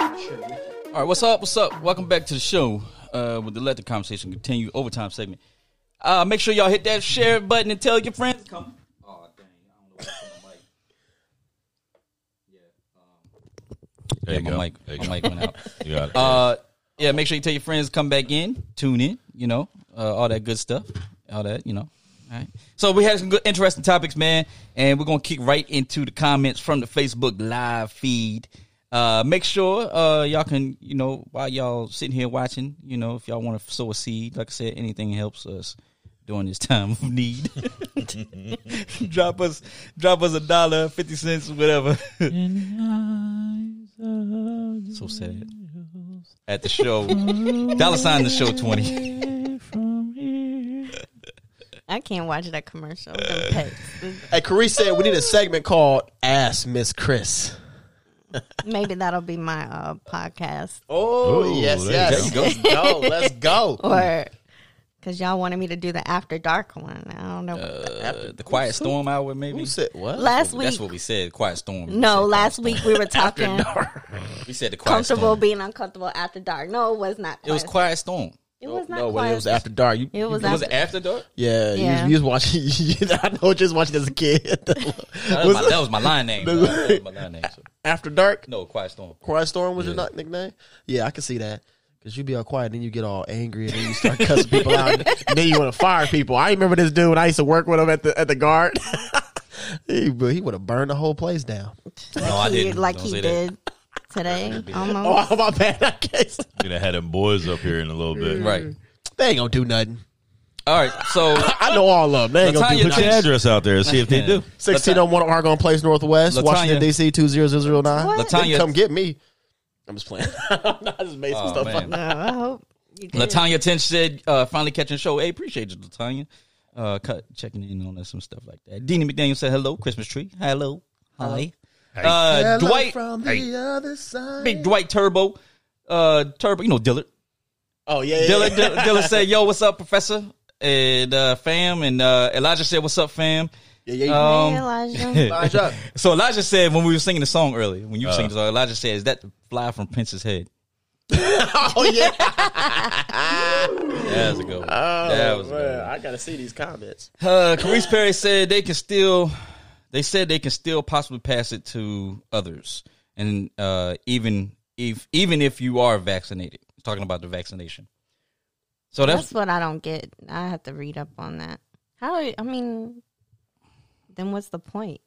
All right, what's up? What's up? Welcome back to the show uh, with the Let the Conversation Continue Overtime segment. Uh, make sure y'all hit that share button and tell your friends. Come. Oh, dang. I don't know what's on my mic. There yeah, you my go. mic, There you my go. mic went out. You got it. Uh, yeah, make sure you tell your friends, come back in, tune in, you know, uh, all that good stuff, all that, you know. All right. So we had some good, interesting topics, man, and we're gonna kick right into the comments from the Facebook live feed. Uh, make sure uh, y'all can, you know, while y'all sitting here watching, you know, if y'all want to sow a seed, like I said, anything helps us during this time of need. drop us, drop us a dollar, fifty cents, whatever. so sad at the show. Dollar sign the show twenty. I can't watch that commercial. with them pets. Hey, Carice said we need a segment called Ask Miss Chris. Maybe that'll be my uh, podcast, Oh, Ooh, yes, there yes. you Let's go. Let's go. or because y'all wanted me to do the after dark one. I don't know. Uh, the quiet storm hour, maybe. Who said what? last That's week, what we said. Quiet storm. We no, said- last week we were talking we said the quiet comfortable storm. being uncomfortable after dark. No, it was not. It was quiet storm. It was not no, when quiet. it was after dark. You, It was Was it after- after dark? yeah, you was- Yeah. You, was watching. I know what you was watching as a kid. That was, my, that was my line name. No. That was my line name. So- after dark, No, quiet storm. Quiet Storm was your not nickname. Yeah, I can see that. Cause you be all quiet, then you get all angry, and then you start cussing people out, and then you want to fire people. I remember this dude. I used to work with him at the at the guard. he, but he would have burned the whole place down. No, I he, didn't. like Don't he say that. did today. Almost. Oh my bad, I guess Gonna have them boys up here in a little bit. Right. they ain't gonna do nothing. All right. So I know all of them. They ain't Latanya gonna Put do your nothing. address out there and see if they do. Sixteen oh one Argonne Place Northwest, Latanya- Washington D.C. two zero zero zero nine. What? Latanya- come get me. I'm just playing. I just made some Oh, stuff man. up. No, I hope you did. Latanya Tinch said, uh, finally catching the show. Hey, appreciate you, Latanya. Uh, cut, checking in on us and stuff like that. Deanie McDaniel said, hello, Christmas tree. Hello. Hi. Uh, Hello Dwight, from the other side. big Dwight Turbo. Uh, Turbo, you know Dillard. Oh yeah, yeah, Dylan, yeah. Dylan, Dylan said, "Yo, what's up, Professor and uh, fam?" And uh, Elijah said, "What's up, fam?" yeah, yeah. Hey, yeah. Um, Elijah. Rise up. so Elijah said when we were singing the song earlier, when you were singing the song, Elijah said, "Is that the fly from Prince's head?" Oh yeah. That was a good one. Oh, that was a good man, one. I gotta see these comments. Uh, Carice Perry said they can still, they said they can still possibly pass it to others, and uh, even if even if you are vaccinated, talking about the vaccination. So that's That's what I don't get. I have to read up on that. How? I mean, then what's the point?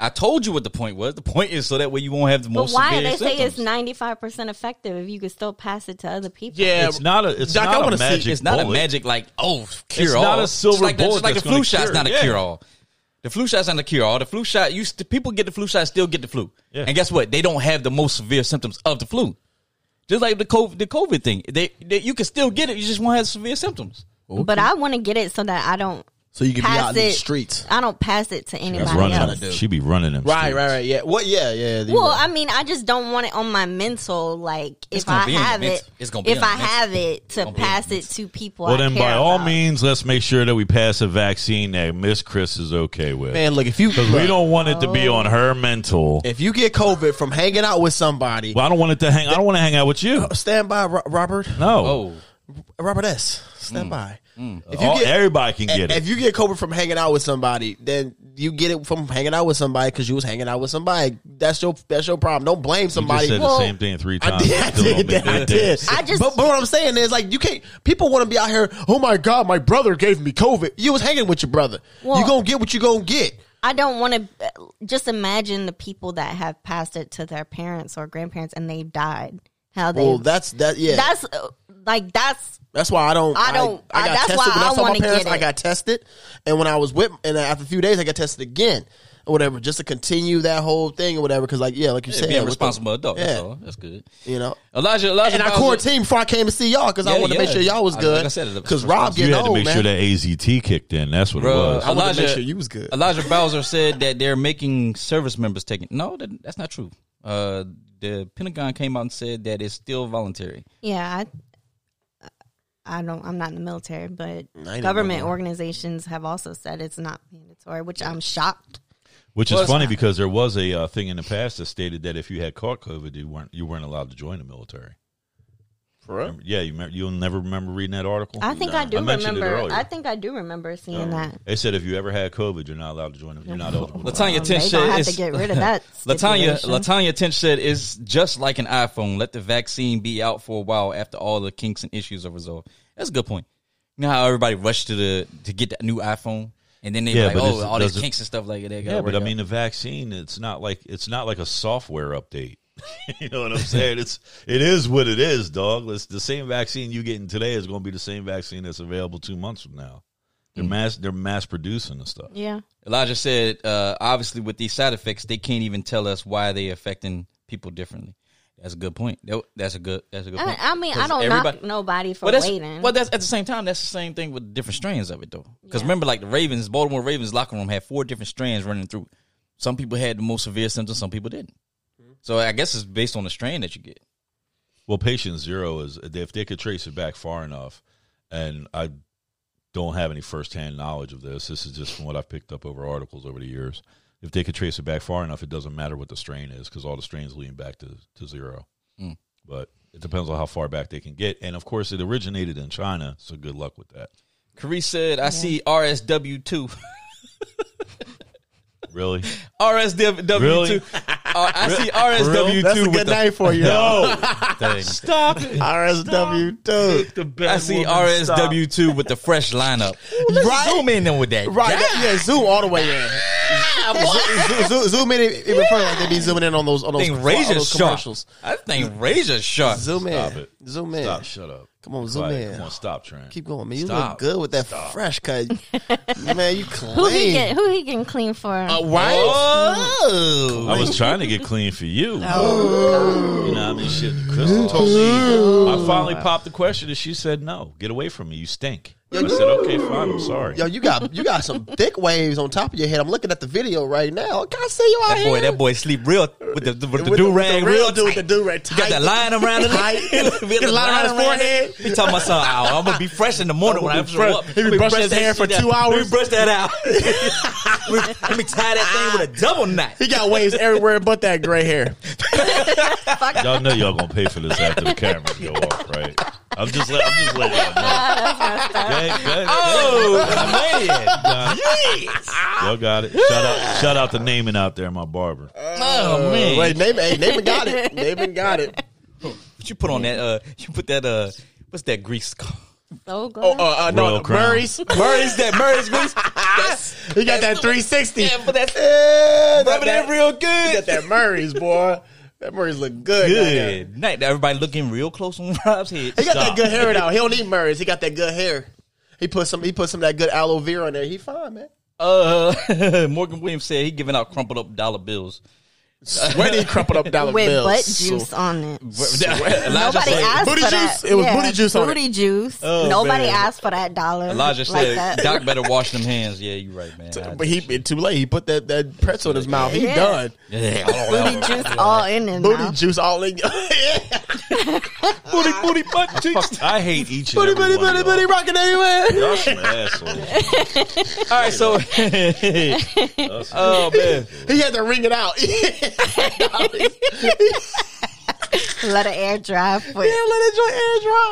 I told you what the point was. The point is so that way you won't have the But most. why severe they say symptoms. it's ninety five percent effective if you could still pass it to other people? Yeah, It's not a. It's Doc, I not wanna a see- magic. it's not bullet. a magic like oh cure all. not a silver just like the, bullet just like that's the flu gonna shot's cure not a it. Yeah. cure all. The flu shot's not a cure all. The flu shot, you st- people get the flu shot, still get the flu. Yeah. And guess what? They don't have the most severe symptoms of the flu. Just like the COVID, the COVID thing, they, they you can still get it. You just won't have severe symptoms. But I want to get it so that I don't. So you can be pass out in the it- streets. I don't pass it to That's anybody running. else. Them. She be running them. Right, streets. right, right. Yeah. What? Yeah, yeah. you're Well, right. I mean, I just don't want it on my mental. Like, if gonna I be on your have it, mental. It's gonna be if on your I mental. have it, to be on your pass it mental. to people. Well, I then care by all about. means, let's make sure that we pass a vaccine that Miss Chris is okay with. man, look if you Because we don't want it to Oh. be on her mental. if you get COVID from hanging out with somebody, Well, I don't want it to hang. I don't want to hang out with you. stand by, Ro- Robert. No. Oh, Robert S. Stand by. If All- everybody can get if it. you get COVID from hanging out with somebody, then you get it from hanging out with somebody because you was hanging out with somebody. That's your that's your problem. Don't blame You just somebody. said Well, the same thing three I times. did, I Still don't did, make that, I no did. difference. I just- but, but what I'm saying is, like, you can't. People want to be out here. Oh my God, my brother gave me COVID. You was hanging with your brother. you Well- gonna get what you gonna get. I don't want to. Just imagine the people that have passed it to their parents or grandparents and they've died. How they? Well, that's that. Yeah, that's, that's uh, like that's why I don't. I don't- uh, I, got that's tested why when I, I saw my wanna parents. get it. I got tested, and when I was with, and after a few days, I got tested again. or whatever, just to continue that whole thing or whatever. Because like yeah, like you Yeah, said, being with the- responsible adult. That's yeah. all. That's good. you know. Elijah, Elijah, And I Bowser- quarantined before I came to see y'all because Yeah, I wanted to make yeah. sure y'all was I- good. like I said, it- because Rob You getting had to old, make man. sure that AZT kicked in. That's what it Bruh, was. I wanted to make Elijah- sure you was good. Elijah Bowser said that they're making service members take it. No, that, that's not true. Uh, the Pentagon came out and said that it's still voluntary. Yeah, I, I don't. I'm not in the military, but I ain't government in the military. organizations have also said it's not mandatory, which I'm shocked. Which Well, is it's funny not. because there was a uh, thing in the past that stated that if you had caught COVID, you weren't you weren't allowed to join the military. For real? Remember- yeah, you remember, you'll never remember reading that article. I think No. I do mentioned it remember. earlier. I think I do remember seeing that. they said if you ever had COVID, you're not allowed to join. The, you're not eligible. Latanya Um, Tinch they gonna said, have it's- to get rid of that. Latanya stipulation. Latanya Tinch said it's just like an iPhone. Let the vaccine be out for a while after all the kinks and issues are resolved. That's a good point. You know how everybody rushed to the to get that new iPhone, and then they Yeah, like, but oh, it's- all these doesn't- kinks and stuff like that. gotta Yeah, but I work mean the vaccine. It's not like it's not like a software update. you know what I'm saying? It's it is what it is, dog. It's the same vaccine you getting today is going to be the same vaccine that's available two months from now. Mm. They're mass they're mass producing the stuff. Yeah. out. Elijah said, uh, obviously with these side effects, they can't even tell us why they affecting people differently. That's a good point. That- That's a good. That's a good I, point. I mean, I 'Cause don't everybody- knock nobody for Well, that's waiting. well. That's at the same time. That's the same thing with different strands of it, though. Because remember, like the Ravens, Baltimore Ravens locker room had four different strands running through. Some people had the most severe symptoms. Some people didn't. So I guess it's based on the strand that you get. Well, patient zero is if they could trace it back far enough, and I don't have any firsthand knowledge of this. This is just from what I've picked up over articles over the years. If they could trace it back far enough, it doesn't matter what the strain is because all the strains lean back to, to zero. Hmm. Mm. But it depends on how far back they can get. And of course, it originated in China, so good luck with that. Carice said, "I see RSW two, Really? RSW two. Uh, Really? I see RSW That's a two good with the, name for you. no. Thanks. stop. it. RSW dude. I see RSW two with the fresh lineup. Let's Right. Zoom in on with that. Right. Yeah. zoom all the way in. zoom, zoom, zoom in even further. Like they be zooming in on those on I those, think on razor those sharp. commercials. I think razor sharp. Zoom in. Stop it. Zoom in. Stop. Shut up. Come on, zoom Quiet. in. Come on, stop, Trent. Keep going, man. You Stop. look good with that fresh cut. man, you clean. who he get? Who he getting clean for? Oh, Right? I was trying to get clean for you. Oh. You know, I mean, shit. Crystal told me. I finally popped the question, and she said, "No, get away from me. You stink." I said, "Okay, fine. I'm sorry." Yo, you got you got some thick waves on top of your head. I'm looking at the video right now. Can I see you out That here? boy, that boy sleep real with the, with the With do rag the real tight. dude, the do rag Got that line around his Tight. Get a line around his forehead. He talking about something. "Oh, I'm gonna be fresh in the morning when I I'm show gonna be up. fresh." He be Let me brushing brush his that hair for shit two out. Let me hours. brush that out. Let me tie that thing with a double knot. He got waves everywhere but that gray hair. Y'all know y'all gonna pay for this after the cameras go off, right? I'm just, let, I'm just letting y'all know. Okay, good. Oh man! Done. Oh. Y'all got it. Shout out, shout out to Naaman out there, my barber. Oh man! Wait, Naaman, hey, Naaman got it. Naaman got it. What you put on that? Uh, you put that. Uh, what's that grease? called? so good. Oh, uh, uh, Royal no, Crown. Murray's. Murray's that Murray's grease. That's, He got that 360. yeah, but that's Yeah, rubbing that real good. He got that Murray's, boy. That Murray's look good. good night. Everybody looking real close on Rob's head. He got Stop. that good hair though. He don't need Murray's. He got that good hair. He put some. He put some of that good aloe vera in there. He fine, man. Uh, Morgan Williams said he giving out crumpled up dollar bills. Sweaty crumpled up dollar with bills. butt juice on it. Elijah Nobody said, asked Booty for juice? that. It was booty juice on it. Booty juice. Nobody man. asked for that dollar. Elijah like said, that. Doc better wash them hands. Yeah, you right, man. I- But he it too late. He put that that pretzel in his mouth. He Yeah. done. yeah, all that booty was- juice all in it. Booty now. juice all in. booty booty butt cheeks. I hate each and Booty every booty one booty of y'all. booty rocking anywhere. Y'all some assholes. All right, so Y'all some oh man, He had to ring it out. Let it air dry for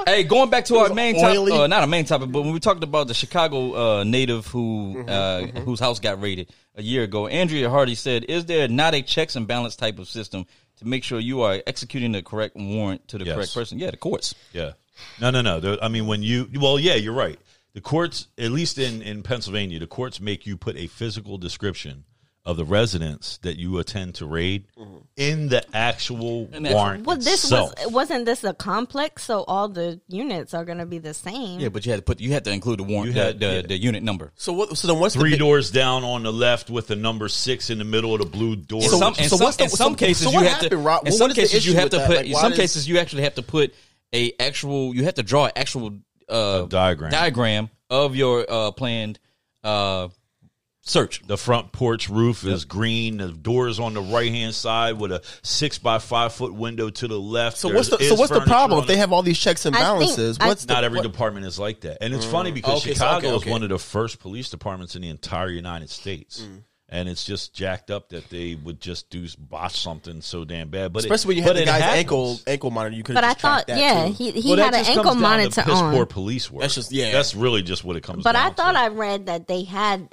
hey, going back to our main topic, oily. uh, not a main topic, but when we talked about the Chicago uh, native who uh, whose house got raided a year ago, Andrea Hardy said, "Is there not a checks and balance type of system to make sure you are executing the correct warrant to the Yes. correct person?" Yeah, the courts. Yeah. No, no, no. There- I mean, when you, well, yeah, you're right. The courts, at least in, in Pennsylvania, the Mm-hmm. courts make you put a physical description of the residence that you attend to raid in the actual In the- warrant Well, this itself. was wasn't this a complex, so all the units are going to be the same. Yeah, but you had to put you had to include the warrant, You had- the, the, yeah. the unit number. So what? So then what's three the big- doors down on the left with the number six in the middle of the blue door. In So- some, in so some, what's the- in some so- cases so you what have to. happened, Rob? In Well, some what is the cases you issue have with to that? put. Like, in why some does- cases you actually have to put a actual. You have to draw an actual uh, diagram. diagram of your uh, planned uh, search. the front porch roof is green. The doors on the right hand side with a six by five foot window to the left. So what's the There's- so is what's the furniture problem on if they the- have all these checks and I think- balances? I- what's the, Not every what- Mm. department is like that, and it's funny because Okay, so- Chicago okay, is okay. one of the first police departments in the entire United States, Mm. and it's just jacked up that they would just do botch something so damn bad. But it- especially when you had but the it guy's happens. ankle ankle monitor. You could. But I just thought, tracked that yeah, too. he he Well, had that an just comes ankle down to monitor piss Poor on. police work. That's just- yeah. That's really just what it comes. But down I thought to. I read that they had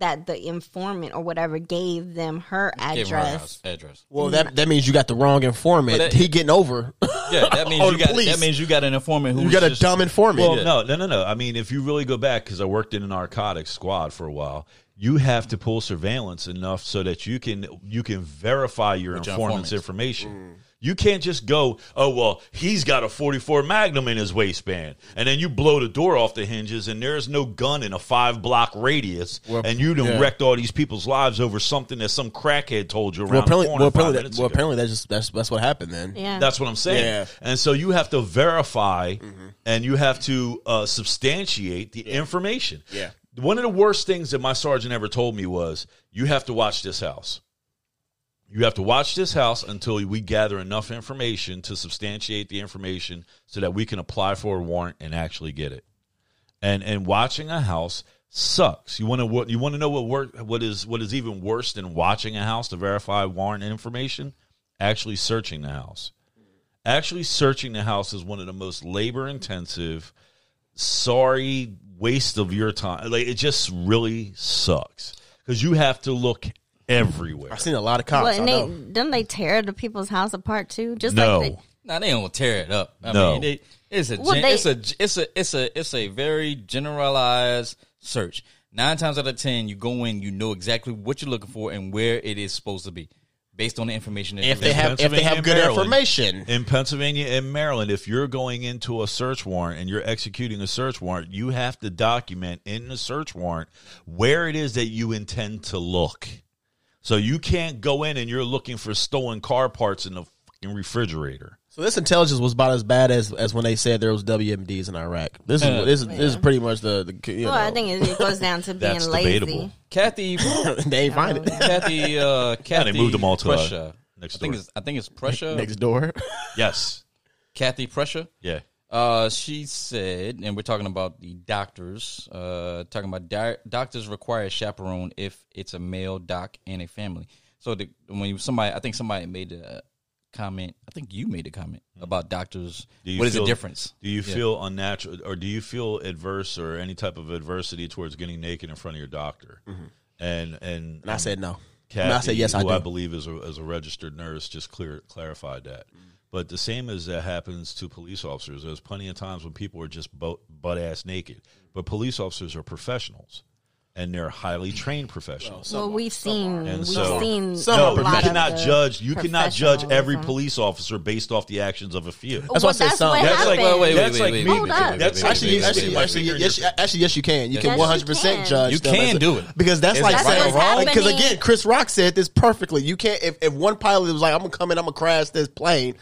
that the informant or whatever gave them her Give her address. house address. Well, that that means you got the wrong informant. But that- he getting over. Yeah, that means Oh, you the got that police. means you got an informant who you got a just, dumb informant. Well, no, no, no, no. I mean, if you really go back, because I worked in a narcotics squad for a while, you have to pull surveillance enough so that you can you can verify your your informants. informant's information. You can't just go, oh well, he's got a forty four Magnum in his waistband, and then you blow the door off the hinges, and there's no gun in a five block radius, Well, and you done yeah. wrecked all these people's lives over something that some crackhead told you around well, apparently, the corner well, five apparently, minutes well, ago. apparently that's just that's that's what happened then. Yeah, That's what I'm saying. Yeah. Mm-hmm. And so you have to verify and you have to uh, substantiate the information. Yeah. One of the worst things that my sergeant ever told me was you have to watch this house. You have to watch this house until we gather enough information to substantiate the information so that we can apply for a warrant and actually get it. And and watching a house sucks. You want to you want to know what wor- what is what is even worse than watching a house to verify warrant information? Actually searching the house actually searching the house is one of the most labor intensive sorry waste of your time like it just really sucks because you have to look everywhere I've seen a lot of Well, cops. I and know. they didn't they tear the people's house apart too? Just no like Nah, they don't tear it up. I No. mean, they, it's a Well, gen- they- it's a it's a it's a it's a very generalized search. Nine times out of ten, you go in, you know exactly what you're looking for and where it is supposed to be, based on the information that if you they have. have if they Pennsylvania have and good Maryland. information, in Pennsylvania and Maryland, if you're going into a search warrant and you're executing a search warrant, you have to document in the search warrant where it is that you intend to look. So you can't go in and you're looking for stolen car parts in the fucking refrigerator. so this intelligence was about as bad as as when they said there was WMDs in Iraq. This is Yeah. this, is this is pretty much the, the you they, know, well, I think it, it goes down to being That's lazy. debatable. Kathy they ain't find it Kathy uh, Kathy they moved them all to, uh, Prussia. next I think door. it's I think it's Prussia. next door. Yes. Kathy Prussia. Yeah. Uh, she said, and we're talking about the doctors. Uh, talking about di- doctors require a chaperone if it's a male doc and a family. So the, when you, somebody, I think somebody made a comment. I think you made a comment about doctors. Hmm. Do you What is feel- the difference? Do you feel unnatural or do you feel adverse or any type of adversity towards getting naked in front of your doctor? Mm-hmm. And and And I said no. Kathy, and I said yes. I who do. I believe is a, is a registered nurse, just clear clarified that. But the same as that happens to police officers, there's plenty of times when people are just butt ass naked. But police officers are professionals, and they're highly trained professionals. Well, we've seen And we've so- seen Some a are no, lot you of cannot the judge. You cannot judge every professionals. police officer based off the actions of a few. That's why I Well, said that's some. what That's like- happened. wait, wait, That's wait, like wait, me. wait, wait, wait, That's wait, Actually, wait, wait, actually, wait, actually, wait, wait. yes, actually, yes, you can. You Yes, can you one hundred percent can. judge. You them can as a- do it. because that's It's like That's saying, what's because happening. again, Chris Rock said this perfectly. You can't if, if one pilot was like, "I'm gonna come in, I'm gonna crash this plane,"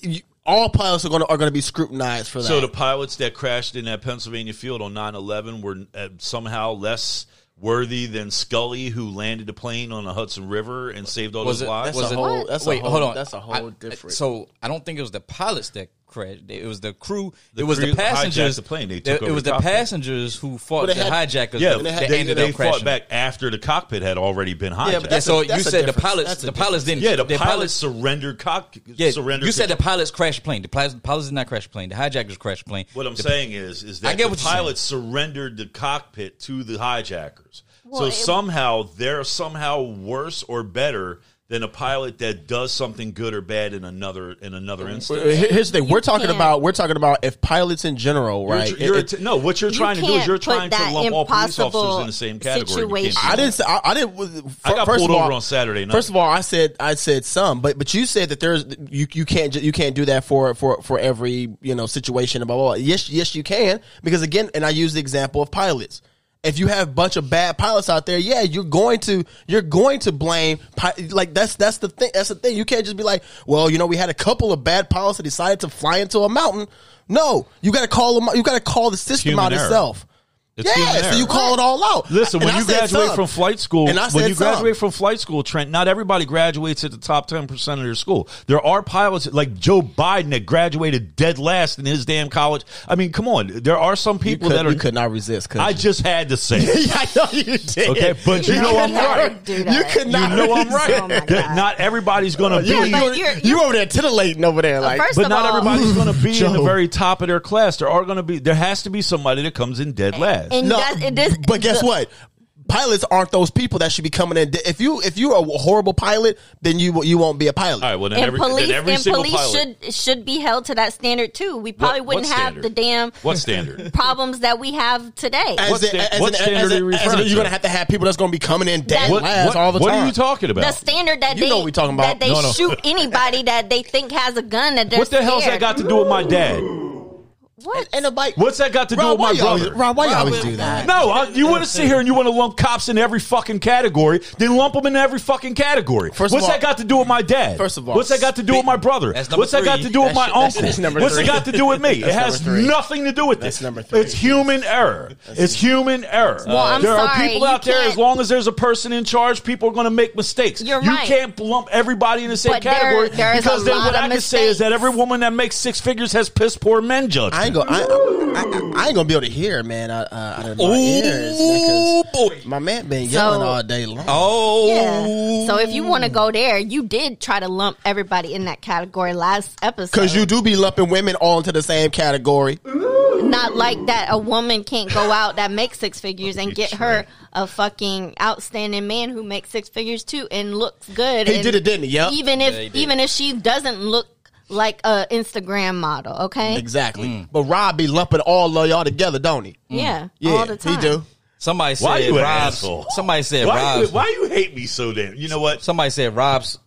you, all pilots are gonna are gonna be scrutinized for that. So the pilots that crashed in that Pennsylvania field on 9-11 were uh, somehow less worthy than Scully, who landed the plane on the Hudson River and saved all Was those it- lives. was that's a it- whole. That's Wait, a whole, hold on. That's a I- whole I- different. So I don't think it was the pilots that crashed. It was the crew. The it was crew the passengers. hijacked the plane. They It- took it over was the the cockpit. passengers who fought But the they had- hijackers. yeah, that, they, that ended they up crashing. fought back after the cockpit had already been hijacked. Yeah, Yeah, but that's so a- you that's a said the difference. pilots. That's a The pilots didn't. the, pilots surrendered cock Yeah, surrendered. you said to- the pilots crashed the plane. The pilots, the pilots did not crash the plane. The hijackers crashed the plane. what I'm saying is is that I get the what you're pilots surrendered the cockpit to the hijackers. Well, so it- somehow they're somehow worse or better than a pilot that does something good or bad in another in another Well, instance. here- uh, Here's the thing: we're talking can't- about we're talking about if pilots in general, You're- right? you're, It- it- no, what you're You trying to do is can't you're put trying to that lump all police officers impossible in the same category. You can't situation. do I that. didn't. Say, I, I didn't. was- I got first pulled of all- over on Saturday night. First of all, I said I said some, but but you said that there's you you can't ju- you can't do that for for for every you know situation. and Blah blah. blah. Yes, yes, you can because again, and I use the example of pilots. If you have a bunch of bad pilots out there, yeah, you're going to you're going to blame pi- like that's that's the thing that's the thing. You can't just be like, well, you know, we had a couple of bad pilots that decided to fly into a mountain. No, you got to call them. You got to call the system human out error. itself. It's human yeah, so error. you call it all out. Listen, And when I you said graduate some. from flight school, And I when said you graduate some. from flight school, Trent, not everybody graduates at the top ten percent of their school. There are pilots like Joe Biden that graduated dead last in his damn college. I mean, come on, there are some you people could, that are. you could not resist. could I you? just had to say, it. I know you did. Okay, but you know I'm could not right. Do You that. could you not. know I'm right. Oh my that God. not everybody's going to be. You, Yeah, but you, you're- you over there titillating over there, like. first but of not all- everybody's going to be in the Joe. very top of their class. There are going to be. There has to be somebody that comes in dead last. And no, that's, it does, but guess what? Pilots aren't those people that should be coming in. If you if you're a horrible pilot, then you you won't be a pilot. All right. Well, then and every, police then every and single police pilot. should should be held to that standard too. We probably What- what wouldn't have standard? the damn what standard? problems that we have today. As What the- sta- as what an- as standard are an- you as an- referring to? You're gonna have to have people that's gonna be coming in dead What- last all the what time. are you talking about? the standard that You they know what we talking that about. they No, no. shoot anybody that they think has a gun that they're what the hell's that scared. got to do with my dad? What? And a bike. What's that got to do Rob, with why my you always, brother? Rob, why you always Rob, do that? no, I, you want to sit here and you want to lump cops in every fucking category, then lump them in every fucking category. First of What's all- that got to do with my dad? First of all, what's that got to do with my brother? That's number What's that got three. to do with That my shit- that uncle? shit's number What's it three. got to do with me? it That's has number three. nohrnothing to do with That's this. number three. It's human error. it's human error. I'm there are sorry, people you out there. can't- As long as there's a person in charge, people are going to make mistakes. You're you right. can't lump everybody in the same But there- category there is a because then lot what of I can say is that mistakes. every woman that makes six figures has piss poor men judgment. I ain't gonna. I, I, I, I ain't gonna be able to hear, man. I, uh, out of my ears because boy. my man been yelling So- all day long. Oh. Yeah. So if you want to go there, you did try to lump everybody in that category last episode. Because you do be lumping women all into the same category. not like that a woman can't go out that makes six figures and get her a fucking outstanding man who makes six figures too and looks good. He and did it, didn't he? Yep. Even Yeah, he if did. even if she doesn't look like a Instagram model, okay? Exactly. Mm. But Rob be lumping all of y'all together, don't he? Yeah, Yeah, all the time. he do. Somebody said Why you an Rob's. asshole? Somebody said why, you, Rob's. why you hate me so damn? You know what? Somebody said Rob's.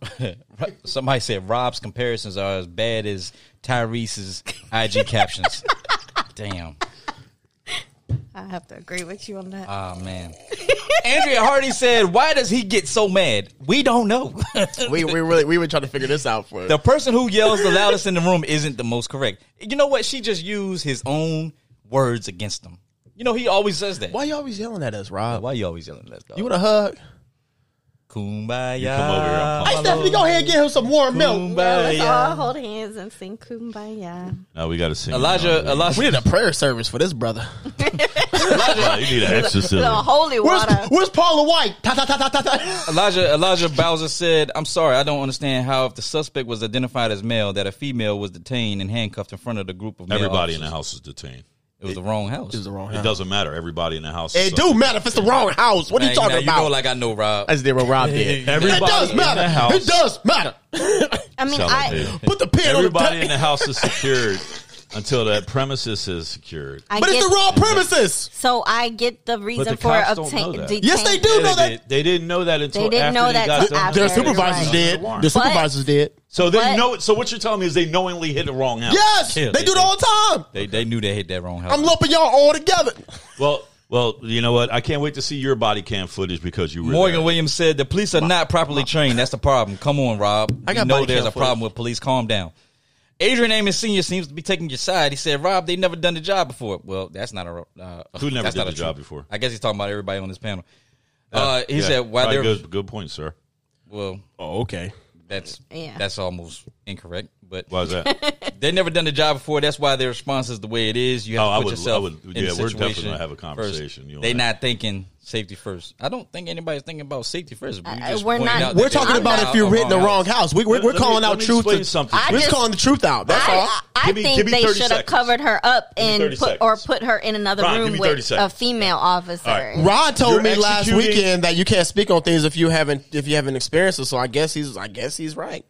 somebody said Rob's comparisons are as bad as Tyrese's IG captions. Damn. I have to agree with you on that. Oh man. Andrea Hardy said, "Why does he get so mad? We don't know." We, we really we were trying to figure this out for him. the person who yells the loudest in the room isn't the most correct. You know what? She just used his own words against him. You know he always says that. Why you always yelling at us, Rob? Why you always yelling at us? Dog? You want a hug? Kumbaya. You come over here, Uh, I'm Hey, Stephanie, go ahead and get him some warm milk. Yeah, let's all Kumbaya. hold hands and sing kumbaya. No, we got to sing. Elijah, Elijah, We did a prayer service for this brother. Elijah, you need an The exorcism. holy Where's water. Where's Paula White? Ta ta ta ta ta ta. Elijah Elijah Bowser said, "I'm sorry, I don't understand how if the suspect was identified as male, that a female was detained and handcuffed in front of the group of male Everybody in the officers. house is detained. It was the wrong house. It was the wrong It house. doesn't matter. Everybody in the house. is It do matter if it's the wrong house. What are Man, you talking now, You know, about? like I know Rob. I just did what Rob did. Everybody It does in the matter. house. It does matter. I mean, Sound like I, it. Put the pin Everybody on in the. the house is secured until that premises is secured. I but get, it's the wrong premises. so I get the reason the for cops don't know obtaining. that. Yes, they do Yeah, they, know that. did. they didn't know that until didn't after know they that got till done. after. Their They're supervisors right. did. Their supervisors did. So But- they know. So what you're telling me is they knowingly hit the wrong house. Yes, Yeah, they they do it do. all the time. they they knew they hit that wrong house. I'm lumping y'all all together. Well, well, you know what? I can't wait to see your body cam footage because you were Morgan there. Williams said the police are not properly trained. That's the problem. Come on, Rob. I I got know body there's cam a problem with police. Calm down. Adrian Amos Senior seems to be taking your side. He said, "Rob, they never done the job before." Well, that's not a uh, Who never that's did not the a job truth. before? I guess he's talking about everybody on this panel. uh, he Yeah, said, "Why probably they're good, good point, sir. well." Oh, okay. That's Yeah. that's almost incorrect, but Why is that? They've never done the job before. That's why their response is the way it is. You have Oh, to I put would- yourself. I would- in yeah, the we're definitely situation gonna have a first. conversation, you know they that. not thinking safety first. I don't think anybody's thinking about safety first. but you I- just Uh, we're pointing not- out that they're We're talking in about if you're in the wrong house. We, we're Let- we're let me- calling out let me truth. explain to- something. I We're just just- calling the truth out. That's all. I, I Give me- think give me they 30 should have seconds. covered her up me and 30 put or seconds. put her in another Ron, give room me 30 with a seconds. female officer. All right. Rod told You're me last executing- weekend that you can't speak on things if you haven't if you haven't experienced it. So I guess he's I guess he's right.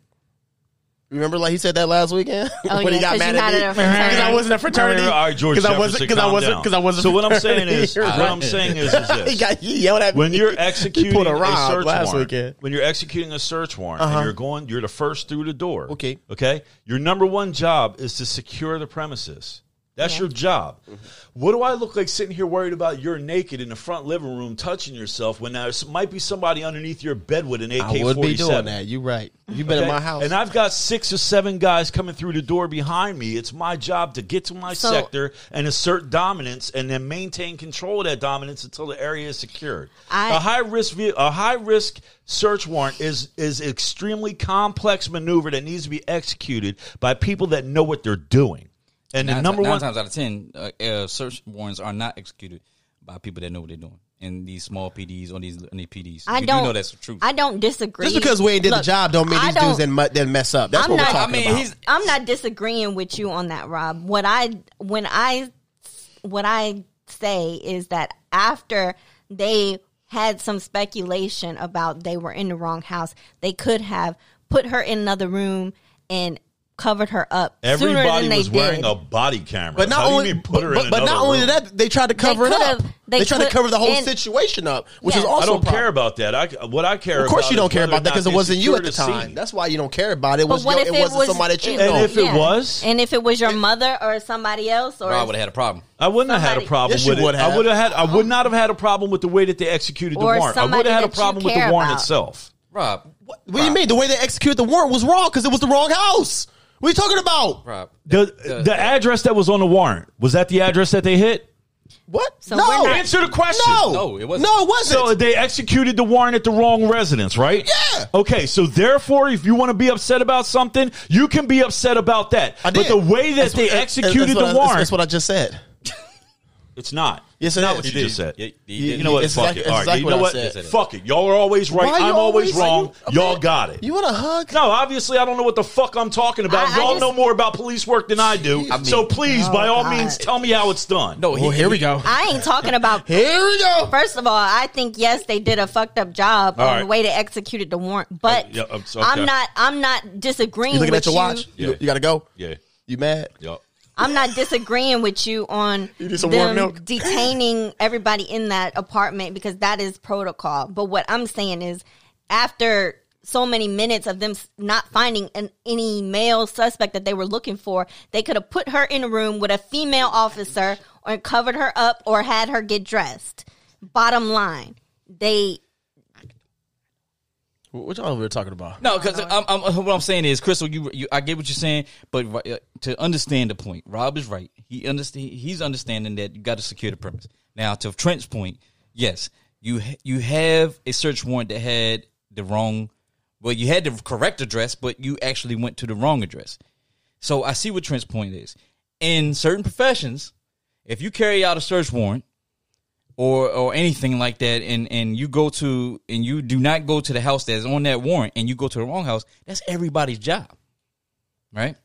Remember, like he said that last weekend Oh, when he yeah, got 'cause mad you're at not me in a fraternity. because I wasn't a fraternity. All right, George I wasn't Jefferson, because I calm wasn't down. because I wasn't. So what I'm saying is, You're what right. I'm saying is, is this. he got he yelled at me when you're He executing pulled a, Rob search last warrant, weekend. Uh-huh. when you're executing a search warrant and you're going, you're the first through the door. Okay. Okay. Your number one job is to secure the premises. That's your job. What do I look like sitting here worried about you're naked in the front living room touching yourself when there might be somebody underneath your bed with an AK I 47? would be doing that. You right. You've been in Okay? my house. And I've got six or seven guys coming through the door behind me. It's my job to get to my So- sector and assert dominance and then maintain control of that dominance until the area is secured. I- A high risk ve- a high risk search warrant is is extremely complex maneuver that needs to be executed by people that know what they're doing. And the Nine, number nine one times out of ten, uh, uh, search warrants are not executed by people that know what they're doing in these small PDs or these, in these PDs. I we don't do know that's the truth. I don't disagree. Just because we ain't did Look, the job don't mean I these dudes don't- didn't, mu- didn't mess up. That's I'm what not- we're I talking mean, about. he's I'm not disagreeing with you on that, Rob. What I when I what I say is that after they had some speculation about they were in the wrong house, they could have put her in another room and covered her up sooner everybody than they was wearing did. a body camera. But not How do you only, mean put her in but, but another not only room? that, they tried to cover it up. could've- They, they tried to could- cover the whole and- situation up, which is Yeah. also I a don't problem. care about that. I what I care Of course, about you is don't care whether or about that not because it they wasn't you at secured a the time. scene. That's why you don't care about it. It But was what your- if it wasn't somebody that you And know. if it was? and if it was your mother or somebody else, or Rob would have had a problem. I wouldn't have had a Somebody- problem Yes, you with would it. have. I would have had. I would not have had a problem with the way that they executed the Or warrant. I would somebody have had a that you problem with the care warrant about. itself. Rob, what do you mean? The way they executed the warrant was wrong because it was the wrong house. What are you talking about? Rob, The, the, address that was on the warrant was that the address that they hit. What? So no. we're not- Answer the question. No. No, it wasn't. No, it wasn't. So they executed the warrant at the wrong residence, right? Yeah. Okay, so therefore, if you want to be upset about something, you can be upset about that. I But did. the way that That's they what- that's- executed that's what the I- that's- warrant, That's what I just said. it's not. Yes, it it's not is. what you You just said. Yeah, you you did. know what? It's Fuck exact- it. All right. exactly You know what what? I said. Fuck it. Y'all are always right. Why you I'm always, always- wrong. are you- Y'all got it. You want a hug? No, obviously I don't know what the fuck I'm talking about. I- I Y'all just- know more about police work than I do. I mean- so please, Oh, by all God. means, tell me how it's done. no, Well, he, here we go. I ain't talking about Here we go. First of all, I think yes, they did a fucked up job All on right. the way they executed the warrant, but Oh, yeah, I'm so- okay. I'm not. I'm not disagreeing. You looking with at your watch? Yeah. You, you gotta go. Yeah. You mad? Yep. I'm not disagreeing with you on need some warm them milk. detaining everybody in that apartment because that is protocol. But what I'm saying is, after so many minutes of them s- not finding an, any male suspect that they were looking for, they could have put her in a room with a female officer or covered her up or had her get dressed. Bottom line, they What y'all over there talking about? No, because I'm, I'm, what I'm saying is, Crystal, you, you, I get what you're saying, but uh, to understand the point, Rob is right. He understand, he's understanding that you got to secure the premise. Now, to Trent's point, yes, you ha- you have a search warrant that had the wrong, well, you had the correct address, but you actually went to the wrong address. So I see what Trent's point is. In certain professions, if you carry out a search warrant or or anything like that, and and you go to and you do not go to the house that's on that warrant, and you go to the wrong house, that's everybody's job, right?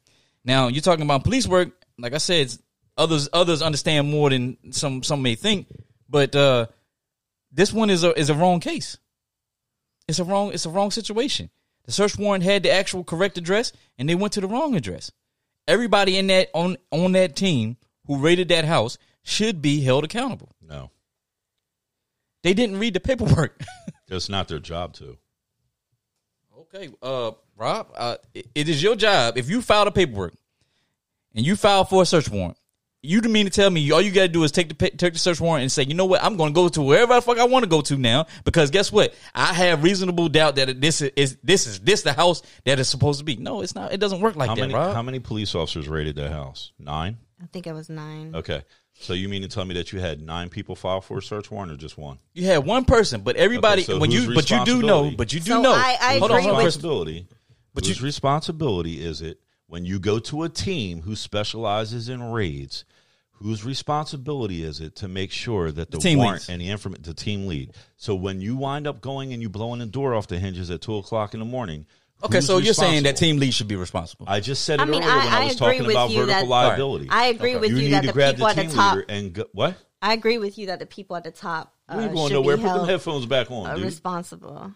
Now you're talking about police work. Like I said, it's- others others understand more than some some may think, but uh, this one is a is a wrong case. It's a wrong it's a wrong situation. The search warrant had the actual correct address, and they went to the wrong address. Everybody in that on on that team who raided that house should be held accountable. No. They didn't read the paperwork. That's not their job to. okay, uh, Rob, uh, it- it is your job. If you file the paperwork and you file for a search warrant, you didn't mean to tell me all you got to do is take the pa- take the search warrant and say, you know what, I'm going to go to wherever the fuck I want to go to now because guess what, I have reasonable doubt that this is, is this is this the house that is supposed to be. No, it's not. It doesn't work like How that, many Rob. how many police officers raided that house? Nine? I think it was nine. Okay. So you mean to tell me that you had nine people file for a search warrant or just one? you had one person, but everybody Okay, so when whose you but you do know, responsibility? but you do So know. I- I hold on, agree hold with- on, Crystal. responsibility. But But whose you- responsibility is it When you go to a team who specializes in raids, whose responsibility is it to make sure that the, team warrant leads. and the information, the team lead? So when you wind up going and you blowing the door off the hinges at two o'clock in the morning, Okay, who's so you're saying that responsible? team lead should be responsible. I just said it I mean, earlier I- when I, I was agree talking with about you vertical that- liability. I agree with you need that to the grab people at the team top- leader and go, what? I agree with you that the people at the top uh, we ain't should going nowhere. be Put them held headphones back uh, on, dude. responsible.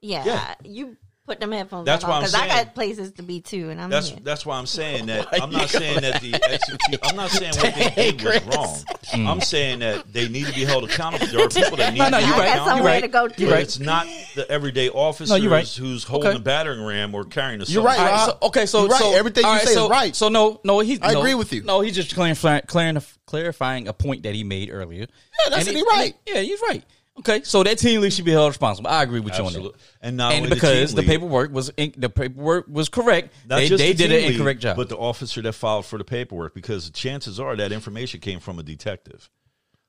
Yeah, Yeah. you put them headphones. That's back what on I'm because I saying. got places to be too, and I'm That's Mm. here. that's why I'm saying that. I'm not saying that the execute. I'm not saying what they did was wrong. I'm saying that they need to be held accountable. There are people that need Mm. no, to be you're I got right. You're held accountable. somewhere right. to go But to. it's not the everyday officers you're right. who's holding Okay. the battering ram or carrying the. You're right, All right, Rob. so, okay, so You're right. so- Everything you all right, say is so- right. So no, no, he's. I no, agree with you. No, he's just clarifying, clarif- clarifying a point that he made earlier. Yeah, that's And it, he- he and right. he- yeah, he's right. Okay, so that team lead should be held responsible. I agree with you on Absolutely. that. And not and only because the, the, team lead, paperwork was in, the paperwork was correct, not they, just they the did team an lead, incorrect job. but the officer that filed for the paperwork because chances are that information came from a detective.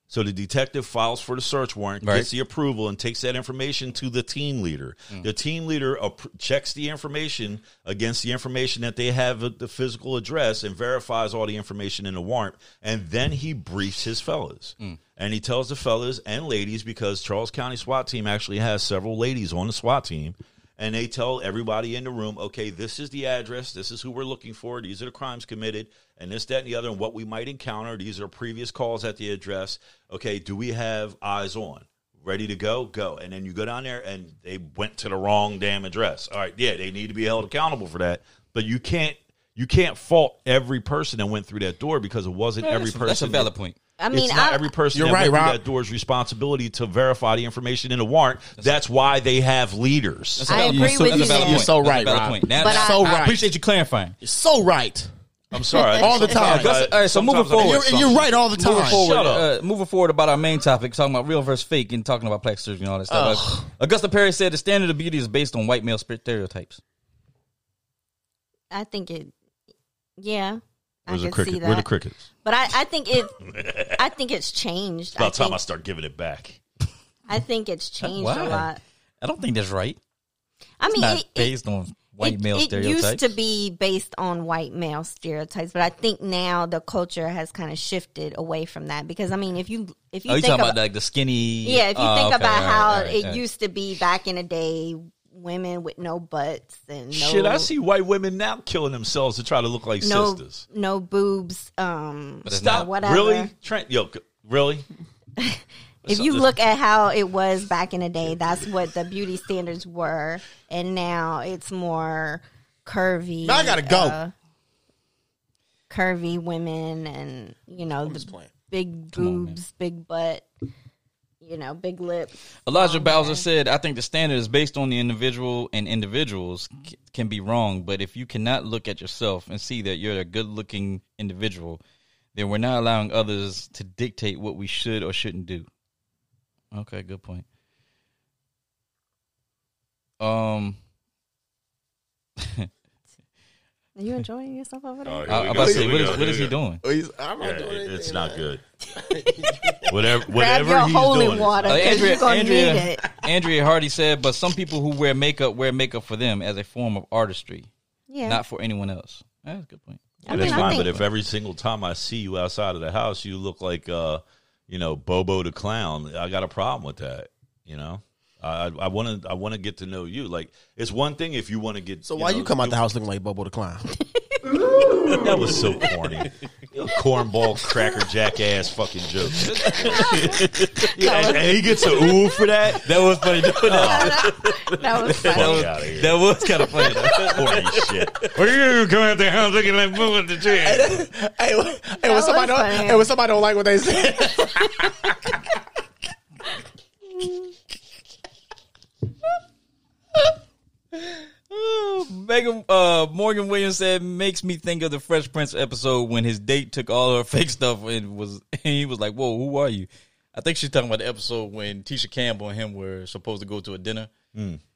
So the detective files for the search warrant, Right. gets the approval, and takes that information to the team leader. The team leader appro- checks the information against the information that they have at the physical address and verifies all the information in the warrant. And then he briefs his fellas. And he tells the fellas and ladies, because Charles County SWAT team actually has several ladies on the SWAT team. And they tell everybody in the room, okay, this is the address. This is who we're looking for. These are the crimes committed, and this, that, and the other, and what we might encounter. These are previous calls at the address. Okay, do we have eyes on? Ready to go? Go. And then you go down there, and they went to the wrong damn address. All right, yeah, they need to be held accountable for that. But you can't. You can't fault every person that went through that door because it wasn't every that's, person. that's a valid point. I mean, it's not I- every person You're that went right, through Rob. that door's responsibility to verify the information in a warrant. That's why they have leaders. That's a valid agree point. with you That's a valid there. point. You're so That's a right, valid Rob. point. Now- But now- I- So I right. appreciate you clarifying. You're so right. I'm sorry. All the time. That's- all right, so moving forward. You're, and you're right all the time. Moving forward, Shut uh, up. moving forward about our main topic, talking about real versus fake and talking about plastic surgery and all that stuff. Uh, Augusta Perry said the standard of beauty is based on white male stereotypes. I think it. Yeah, Where's I can see the cricket? that. Where the crickets? But I, I think it. I think it's changed. About I time I think, start giving it back. I think it's changed Why? a lot. I don't think that's right. I mean, Not it, it, based on white it, male it stereotypes. used to be based on white male stereotypes, but I think now the culture has kind of shifted away from that because I mean, if you if you oh, you think talking about, about like the skinny? yeah, if you Oh, think okay, about all right, how all right, it all right. used to be back in the day, women with no butts and no Shit, I see white women now killing themselves to try to look like no sisters. no boobs. Um, it's or not- Stop. whatever. Really, Trent? Yo, c- really? if you This- look at how it was back in the day, that's what the beauty standards were, and now it's more curvy. Now I gotta go. uh, curvy women, and you know, the big boobs, big butt, you know, big lips. Elijah Bowser said, "I think the standard is based on the individual, and individuals c- can be wrong. But if you cannot look at yourself and see that you're a good-looking individual, then we're not allowing others to dictate what we should or shouldn't do." Okay, good point. Um, Are you enjoying yourself over Uh, there? I, I'm about to say, what is, what is he doing? I'm Yeah, not doing it- anything. it's not good. whatever, Grab whatever your he's holy doing. water Uh, 'cause Andrea, you're gonna Andrea, need it. Andrea Hardy said, "But some people who wear makeup wear makeup for them as a form of artistry, Yeah, not for anyone else." That's a good point. I that's mean, I fine. think- but if every single time I see you outside of the house, you look like, uh, you know, Bobo the clown, I got a problem with that. You know, I I want to I want to get to know you. Like, it's one thing if you want to get. So why know, you come out the house looking like Bobo the Clown? That was so corny. You Cornball cracker jackass fucking joke. Yeah, and, and he gets a ooh for that. That was funny. that was funny. Fuck out of Oh, here. That was kind of funny. Corny shit. Were you coming out the house looking like moving the chair? hey, when- hey, when was somebody don't, funny. hey, when somebody don't like what they say, Megan uh, Morgan Williams said makes me think of the Fresh Prince episode when his date took all her fake stuff and was and he was like, "Whoa, who are you?" I think she's talking about the episode when Tisha Campbell and him were supposed to go to a dinner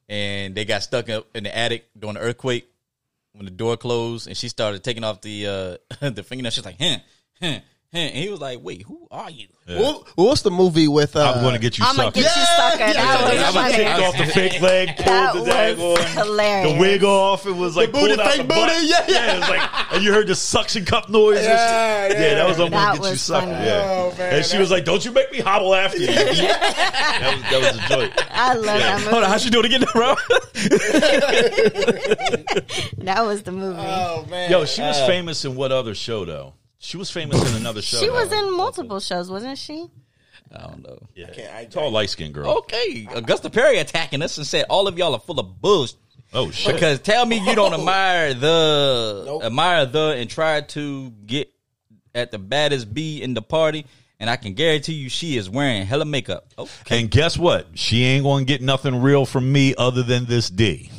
and they got stuck up in the attic during the earthquake when the door closed and she started taking off the uh, the fingernail. She's like, "Huh, huh, And he was like, "Wait, who are you?" What, what's the movie with? Uh, I'm going to get you I'm gonna sucked. get you sucker. That was I was funny. kicked off the fake leg, pulled That the dag was on, hilarious. the wig off. It was like booty, pulled out fake the butt. booty, yeah, yeah. it was like and you heard the suction cup noise. and Yeah, shit. yeah. that was I'm That gonna get you was sucked. funny. Yeah, Oh, man, and she was like, "Don't you make me hobble after you." that, was, that was a joint. I love that movie. Hold on, how she doing again, bro? That was the movie. Oh man, Yo, she was Uh, famous in what other show though? She was famous in another show. she though. was in multiple shows, wasn't she? I don't know. Yeah. tall, light skinned girl. Okay, Augusta Perry attacking us and said all of y'all are full of bullshit. Oh, shit! Because tell me you don't admire the Nope. admire the and try to get at the baddest bee in the party, and I can guarantee you she is wearing hella makeup. Oh, and guess what? She ain't gonna get nothing real from me other than this D.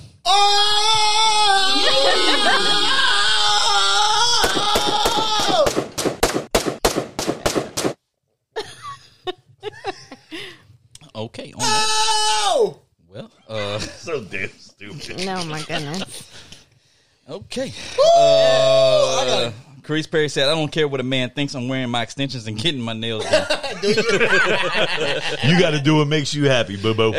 okay. On that. Well, uh, So damn stupid. No, my goodness. okay. Uh, Carice Perry said, "I don't care what a man thinks. I'm wearing my extensions and getting my nails done." You got to do what makes you happy, boo boo. Do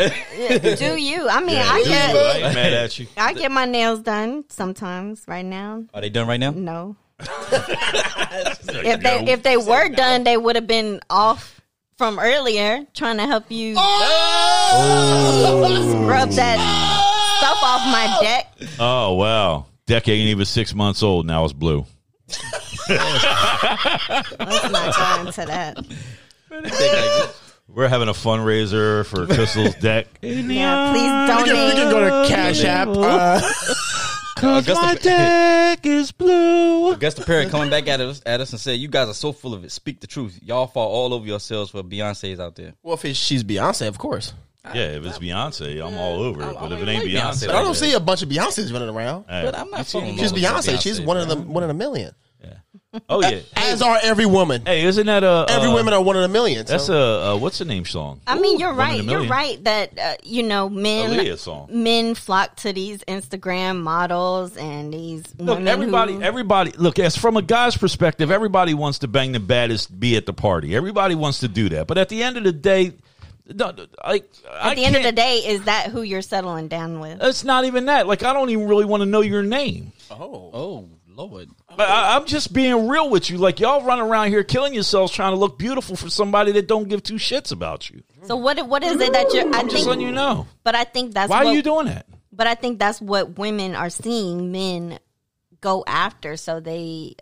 you? I mean, I Do you. get I ain't mad at you. I get my nails done sometimes. Right now, Are they done right now? no. if they if they were done, they would have been off from earlier trying to help you Oh! scrub that stuff off my deck. oh wow, Deck ain't even six months old now. It's blue. Let's not go into that. We're having a fundraiser for Crystal's deck. Yeah, please You can, you donate. can go to Cash App. Uh, Augusta, deck is blue. Augusta Perry coming back at us, at us and said, "You guys are so full of it. Speak the truth. Y'all fall all over yourselves for Beyonce's out there." well, if it's, she's Beyonce, of course. Yeah, if it's Beyonce, I'm all over it. But if it ain't like Beyonce. Beyonce, But I don't see a bunch of Beyonces running around. hey. But I'm not. falling She's in love with Beyonce. She's one of the one in a million. oh yeah. As are every woman. Hey, isn't that a Every uh, woman are one in a million. That's so. a, a what's the name song? I mean, you're Ooh, one in right. a You're million. right that uh, you know men Aaliyah song. men flock to these Instagram models and these Look, women everybody, who- everybody. Look, as from a guy's perspective, everybody wants to bang the baddest bee at the party. Everybody wants to do that, but at the end of the day, no, no, I, at the end of the day, is that who you're settling down with? it's not even that. Like, I don't even really want to know your name. Oh Lord. But I, I'm just being real with you. Like, y'all run around here killing yourselves trying to look beautiful for somebody that don't give two shits about you. So what? What is it that you're? I Just think, letting you know. but I think that's Why what, are you doing that? But I think that's what women are seeing men go after. So they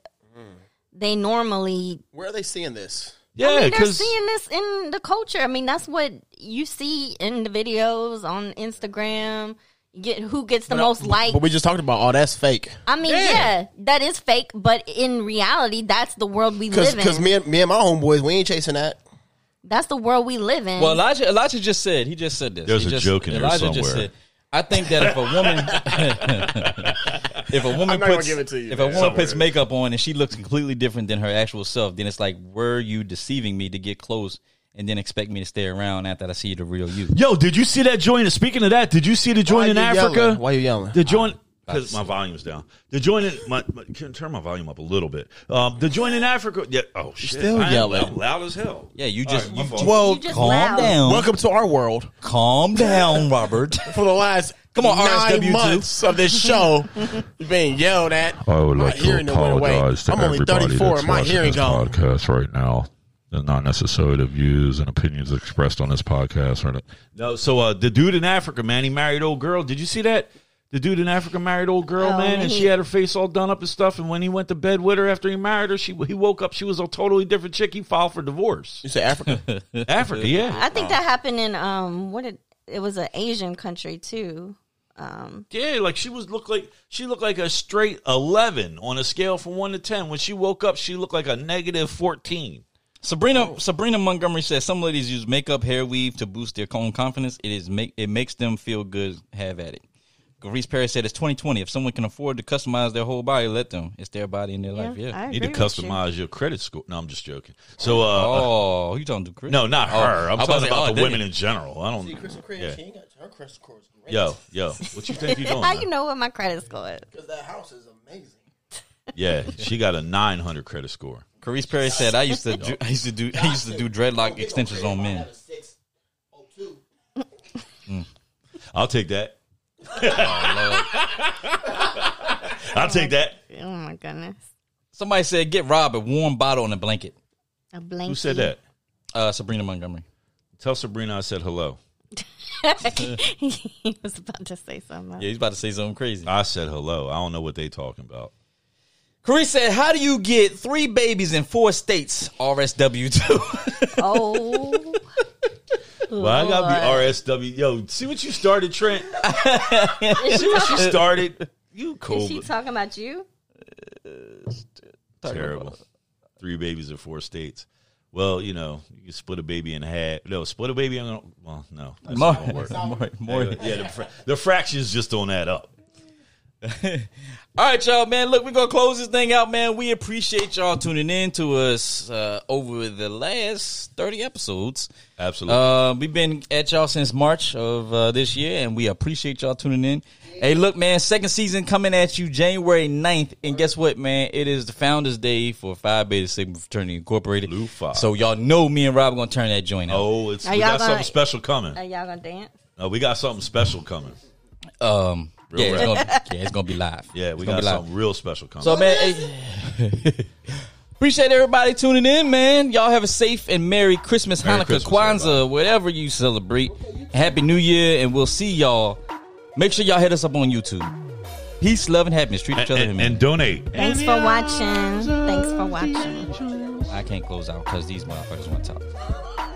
they normally Where are they seeing this? I Yeah, mean, they're because seeing this in the culture. I mean, that's what you see in the videos on Instagram. You Get who gets the most likes. But we just talked about all that's fake. I mean, yeah. that is fake, but in reality, that's the world we live Because in. me and me and my homeboys, we ain't chasing that. Uh-huh. that's the world we live in. Well, Elijah, Elijah just said he just said this. There's He a just- joke in there somewhere. I think that if a woman, if a woman not gonna puts, give it to you, if a man. woman puts makeup on and she looks completely different than her actual self, then it's like, were you deceiving me to get close and then expect me to stay around after I see the real you? Yo, did you see that joint? Speaking of that, did you see the Why joint in you Africa? yelling? Why you yelling? Ah, The joint because my volume's down. The joint in my, my can turn my volume up a little bit. Um, the joint in Africa. Yeah. Oh shit. still I am yelling. loud- loud as hell. Yeah, you All just right, my you fault. just- Well, just calm loud. down, welcome to our world. calm down, Robert. For the last Come on, nine RSW2. months of this show, you're being yelled at. I would like My to hearing done went away. apologize to I'm only everybody 34 that's and my watching hearing this gone. podcast right now. They're not necessarily the views and opinions expressed on this podcast or No. So uh, the dude in Africa, man, he married old girl. Did you see that? The dude in Africa married old girl, Oh, man, man, and he- she had her face all done up and stuff. And when he went to bed with her after he married her, she he woke up, she was a totally different chick. He filed for divorce. You say Africa? Africa, yeah, I think that happened in um what did it was an Asian country too. yeah. Like she was looked like she looked like a straight eleven on a scale from one to ten. When she woke up, she looked like a negative fourteen. Sabrina Sabrina Montgomery says some ladies use makeup, hair weave to boost their own confidence. It is make it makes them feel good. Have at it. Grace Perry said it's 2020. If someone can afford to customize their whole body, let them. It's their body and their life. Yeah. I Need to agree with you. customize your credit score. No, I'm just joking. So, uh, oh, you talking to Chris? no, not her. I'm I was talking like, about oh, the dang women it. in general. I don't. yeah. ain't got her credit score is great Yo, yo, what you think you doing? How man? you know what my credit score is? because that house is amazing. Yeah, she got a 900 credit score. Carice Perry said, "I used to, do, I used to do, I used to do dreadlock extensions on men." oh I'll take that. Oh, I'll take that. Oh my goodness. Somebody said, "Get Rob a warm bottle and a blanket." A blanket. Who said that? Uh, Sabrina Montgomery. Tell Sabrina I said hello. he was about to say something. Yeah, he's about to say something crazy. I said hello. I don't know what they talking about. Carice said, "How do you get three babies in four states? RSW two. Oh. Well, I gotta be RSW. Yo, see what you started, Trent. see what you started. You Is cold. she talking about you? terrible. Three babies in four states. Well, you know, you can split a baby in half. No, split a baby. In, well, no, that's More, not gonna work. more, more. Anyway, yeah, the, fra- the fractions just don't add up. All right, y'all, man. Look, we're gonna close this thing out, man. We appreciate y'all tuning in to us uh, over the last thirty episodes. Absolutely. Uh, we've been at y'all since March of uh, this year, and we appreciate y'all tuning in. Hey, look, man, second season coming at you January 9th. And guess what, man? It is the Founders Day for Phi Beta Sigma Fraternity Incorporated. Lou Phi. So y'all know me and Rob going to turn that joint out. oh, it's Are we y'all got something gonna- special coming. Are y'all gonna dance? No, we got something special coming. Um, yeah, it's rap. gonna, yeah, it's going to be live. Yeah, It's we gonna got be live. something real special coming. So man, eh, appreciate everybody tuning in, man. Y'all have a safe and merry Christmas, Merry Hanukkah, Christmas, Kwanzaa, everybody. whatever you celebrate. Happy New Year, and we'll see y'all. Make sure y'all hit us up on YouTube. Peace, love, and happiness. Treat each And, other, and, and, and donate. Thanks for watching. Thanks for watching. I can't close out because these motherfuckers want to talk.